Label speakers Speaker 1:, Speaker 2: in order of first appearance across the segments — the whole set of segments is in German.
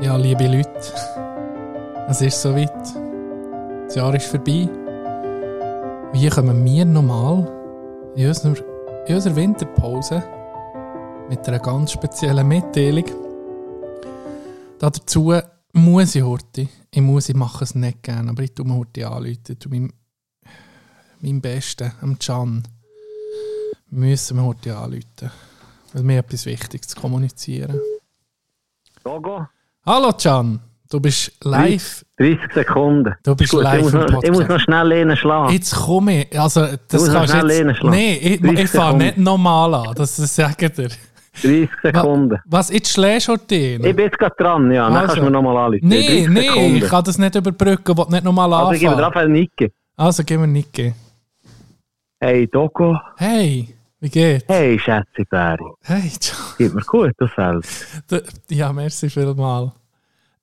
Speaker 1: Ja, liebe Leute, es ist soweit. Das Jahr ist vorbei. Wie kommen wir nochmal in unserer, in unserer Winterpause mit einer ganz speziellen Mitteilung? Dazu muss ich Horti. Ich muss, ich mache es nicht gerne, aber ich tue mir Horti anrufen. Tu meinem, meinem Besten, am Can, müssen wir Horti anrufen. Weil mir etwas Wichtiges zu kommunizieren.
Speaker 2: Logo,
Speaker 1: Hallo Can, du bist live.
Speaker 2: 30 Sekunden.
Speaker 1: Du bist
Speaker 2: Gut,
Speaker 1: live
Speaker 2: ich, muss
Speaker 1: im
Speaker 2: noch, ich muss
Speaker 1: Podcast.
Speaker 2: noch schnell einen schlagen.
Speaker 1: Jetzt komme ich. Also, das
Speaker 2: Ah. musst
Speaker 1: kannst
Speaker 2: noch schnell
Speaker 1: jetzt.
Speaker 2: reinschlagen.
Speaker 1: Nee, ich,
Speaker 2: 30
Speaker 1: ich fange nicht
Speaker 2: Sekunden.
Speaker 1: normal an, das das sage ich dir.
Speaker 2: 30 Sekunden.
Speaker 1: Was, jetzt schlägst du den?
Speaker 2: Ich bin jetzt gerade dran, ja. Dann
Speaker 1: Also.
Speaker 2: kannst du mir nochmal anrufen.
Speaker 1: Nee,
Speaker 2: 30
Speaker 1: nee, ich
Speaker 2: Sekunden.
Speaker 1: kann das nicht überbrücken, will nicht nochmal
Speaker 2: Also ich gebe dir
Speaker 1: anfangen.
Speaker 2: einfach einen Nicken.
Speaker 1: Also, gib mir Nicke.
Speaker 2: Hey, Dogo.
Speaker 1: Hey, wie geht's?
Speaker 2: Hey, Schätze Bäri.
Speaker 1: Hey, Can.
Speaker 2: Gib mir gut, du selbst.
Speaker 1: D- Ja, merci vielmal.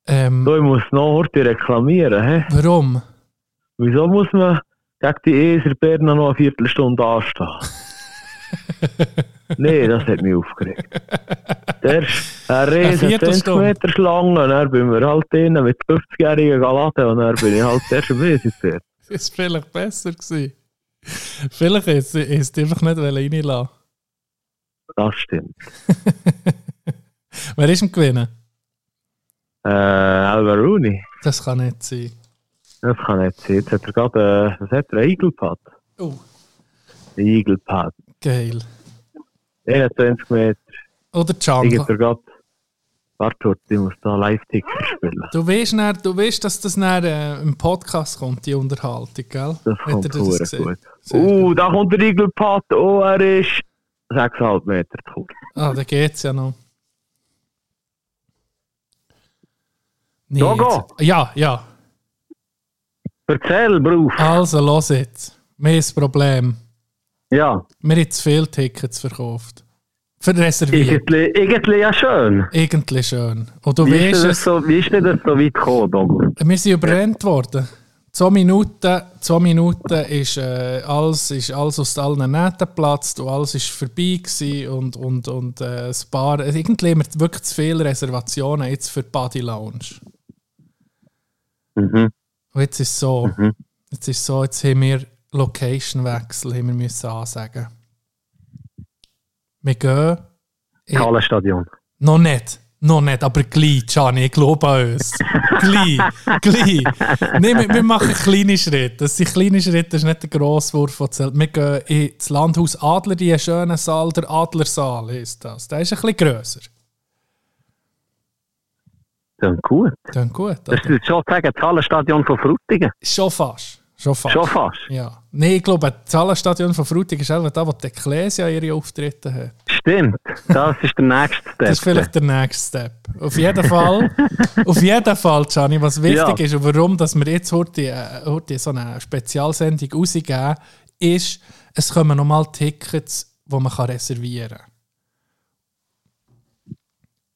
Speaker 1: Ähm,
Speaker 2: Du, ich muss noch Orte reklamieren. He?
Speaker 1: warum?
Speaker 2: Wieso muss man gegen die Eser Berner noch eine Viertelstunde anstehen? nee, das hat mich aufgeregt. Der ist eine riesen
Speaker 1: Viertelstunde.
Speaker 2: 20 Meter Schlange und dann bin ich halt drinnen mit 50-jährigen geladen und dann bin ich halt der schon wieder fertig.
Speaker 1: Ist vielleicht besser gewesen. Vielleicht ist es einfach nicht reinlassen.
Speaker 2: Das stimmt.
Speaker 1: Wer ist denn gewinnen?
Speaker 2: Äh, Alvaruni,
Speaker 1: Das kann nicht sein.
Speaker 2: das kann nicht sein. Jetzt hat er gerade, äh, was hat er, ein Igelpad?
Speaker 1: Oh,
Speaker 2: Ein Igelpad.
Speaker 1: geil.
Speaker 2: 21 Meter.
Speaker 1: Oder
Speaker 2: Ich
Speaker 1: Can.
Speaker 2: gebe dir gerade, warte, ich muss da Live-Ticker spielen.
Speaker 1: Du weißt, dann, du weißt, dass das dann, äh, im Podcast kommt, die Unterhaltung, gell?
Speaker 2: Das
Speaker 1: Hat er
Speaker 2: kommt
Speaker 1: das
Speaker 2: hure
Speaker 1: gesehen?
Speaker 2: gut.
Speaker 1: Sehr
Speaker 2: Uh, da kommt der Igelpad. Oh, er ist 6,5 Meter zu kurz.
Speaker 1: Ah, da geht's ja noch. Nee,
Speaker 2: Dogo!
Speaker 1: jetzt- Ja, ja.
Speaker 2: Erzähl, Bruf.
Speaker 1: Also, los jetzt. Mehr ist das Problem.
Speaker 2: Ja,
Speaker 1: Wir haben zu viele Tickets verkauft. Für reserviert.
Speaker 2: irgendwie, irgendwie ja schön.
Speaker 1: Irgendwie schön. Und du
Speaker 2: Wie ist,
Speaker 1: weißt
Speaker 2: denn
Speaker 1: es,
Speaker 2: das so, wie ist denn das so weit gekommen, Dogo?
Speaker 1: wir sind überrannt worden. Zwei Minuten, zwei Minuten ist, äh, alles, ist alles aus allen Nähten geplatzt und alles ist vorbei gewesen und, und, und äh, das Bar. also Irgendwie haben wir wirklich zu viele Reservationen jetzt für die Body Lounge.
Speaker 2: Mhm.
Speaker 1: Und jetzt ist es so,
Speaker 2: Mhm.
Speaker 1: jetzt ist es so, jetzt haben wir Location-Wechsel, haben wir müssen ansagen. Wir gehen Ja.
Speaker 2: Hallenstadion.
Speaker 1: noch nicht. Noch nicht, aber gleich, Gianni, ich glaube an uns. gleich, gleich. Nein, wir, wir machen kleine Schritte. Das sind kleine Schritte, das ist nicht der grosse Wurf, der zählt. Wir gehen ins Landhaus Adler, die schönen Saal, der Adlersaal ist das. Der ist ein bisschen grösser.
Speaker 2: Dann gut.
Speaker 1: Klingt gut,
Speaker 2: Das
Speaker 1: oder?
Speaker 2: ist schon sagen, das Hallenstadion von Frutigen.
Speaker 1: Schon fast. Schon fast.
Speaker 2: Schon fast.
Speaker 1: Ja. Nein, ich glaube, das Hallenstadion von Frutig ist auch da, wo die Ecclesia ihre Auftritte hat.
Speaker 2: Stimmt. Das ist der nächste Step.
Speaker 1: Das ist vielleicht der nächste Step. Auf jeden Fall, auf jeden Fall, Gianni, was wichtig
Speaker 2: Ja.
Speaker 1: ist und warum dass wir jetzt heute, äh, heute so eine Spezialsendung rausgeben, ist, es kommen nochmal Tickets, die man kann reservieren kann.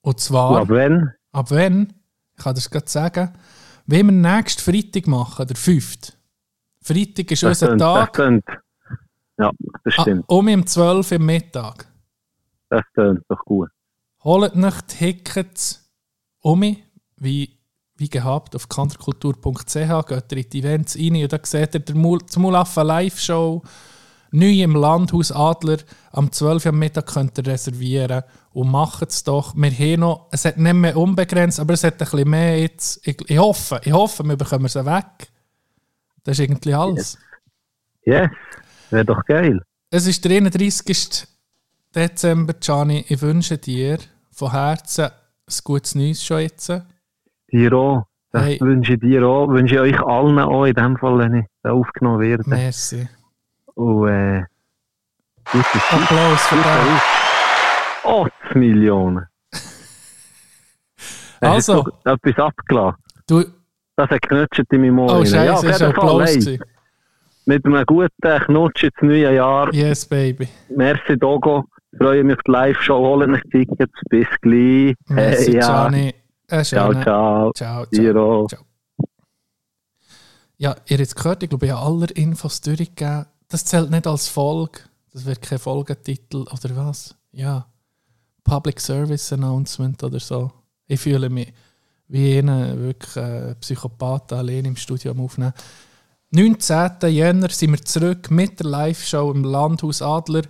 Speaker 1: Und zwar,
Speaker 2: Aber wenn?
Speaker 1: ab wann? Ich kann das gerade sagen. Wenn wir nächsten Freitag machen, der 5. Freitag ist
Speaker 2: Das
Speaker 1: unser
Speaker 2: tönt- das
Speaker 1: Tag.
Speaker 2: tönt. Ja, das
Speaker 1: Ah,
Speaker 2: stimmt.
Speaker 1: um im 12 Uhr am Mittag.
Speaker 2: Das tönt doch gut.
Speaker 1: Holt euch Tickets um, wie, wie gehabt, auf kanterkultur.ch. Geht ihr in die Events rein und da seht ihr die Mulaffen Live-Show. Neu im Landhaus Adler. Am 12 Uhr am Mittag könnt ihr reservieren. Und macht es doch. Wir haben noch, es hat nicht mehr unbegrenzt, aber es hat ein bisschen mehr jetzt. Ich, ich hoffe, ich hoffe, wir bekommen es weg. Das ist irgendwie alles.
Speaker 2: Yes. Wäre doch geil.
Speaker 1: Es ist der 31. Dezember, Gianni. Ich wünsche dir von Herzen ein gutes Neues schon jetzt.
Speaker 2: Dir auch. Das
Speaker 1: Hey.
Speaker 2: wünsche ich dir auch. Wünsche ich euch allen auch in dem Fall, wenn ich da aufgenommen werde.
Speaker 1: Merci.
Speaker 2: Und äh, gute Zeit.
Speaker 1: Applaus für dich.
Speaker 2: Oh, 8 Millionen. Hast
Speaker 1: Also.
Speaker 2: du jetzt noch Etwas abgelassen.
Speaker 1: Du,
Speaker 2: Das hat knutscht in meinem Ohr.
Speaker 1: oh
Speaker 2: rein.
Speaker 1: Scheiße,
Speaker 2: auf
Speaker 1: ist
Speaker 2: jeden Fall,
Speaker 1: Applaus.
Speaker 2: hey,
Speaker 1: gewesen.
Speaker 2: Mit einem guten Knutsch ins neue Jahr.
Speaker 1: Yes, Baby.
Speaker 2: Merci, Dogo. Freue mich auf die Live-Show. Holen euch Tickets. Bis gleich.
Speaker 1: Merci,
Speaker 2: Hey, ja.
Speaker 1: Gianni. Einen
Speaker 2: Ciao,
Speaker 1: schönen-
Speaker 2: ciao.
Speaker 1: Ciao,
Speaker 2: Dir
Speaker 1: ciao.
Speaker 2: auch.
Speaker 1: Ja, ihr habt es gehört, ich glaube, ich habe alle Infos durchgegeben. Das zählt nicht als Folge. Das wird kein Folgetitel oder was? Ja. Public Service Announcement oder so. Ich fühle mich wie einen wirklich äh, Psychopathen allein im Studio am aufnehmen. 19. Jänner sind wir zurück mit der Live-Show im Landhaus Adler.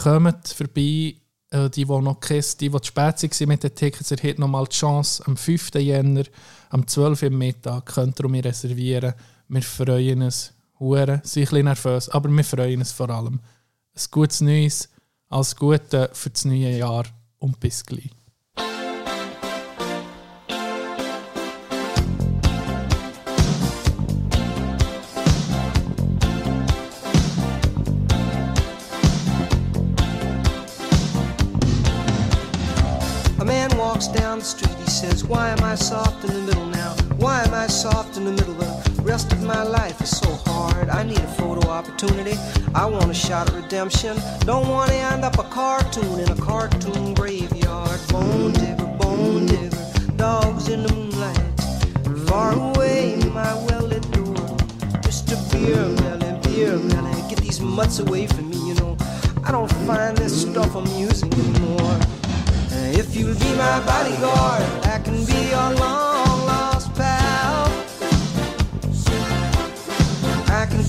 Speaker 1: Kommt vorbei, äh, die, die noch kiss, die, die zu spät waren mit den Tickets, ihr habt nochmal die Chance. Am 5. Jänner, am 12. Uhr am Mittag, könnt ihr mir reservieren. Wir freuen uns. Hure, sind ein bisschen nervös, aber wir freuen uns vor allem. Ein gutes Neues, alles Gute für das neue Jahr und bis gleich.
Speaker 3: A man walks down the street, he says, Why am I soft in the middle now? Why am I soft in the middle? The rest of my life is so hard. I need a photo opportunity. I want a shot at redemption. Don't want to end up a cartoon in a cartoon graveyard. Bone digger, bone digger, dogs in the moonlight. Far away, my well lit door. Mr. Beer Melly, Beer Melly, get these mutts away from me, you know. I don't find this stuff amusing anymore. Uh, If you'll be my bodyguard, I can be your long lost pal. I can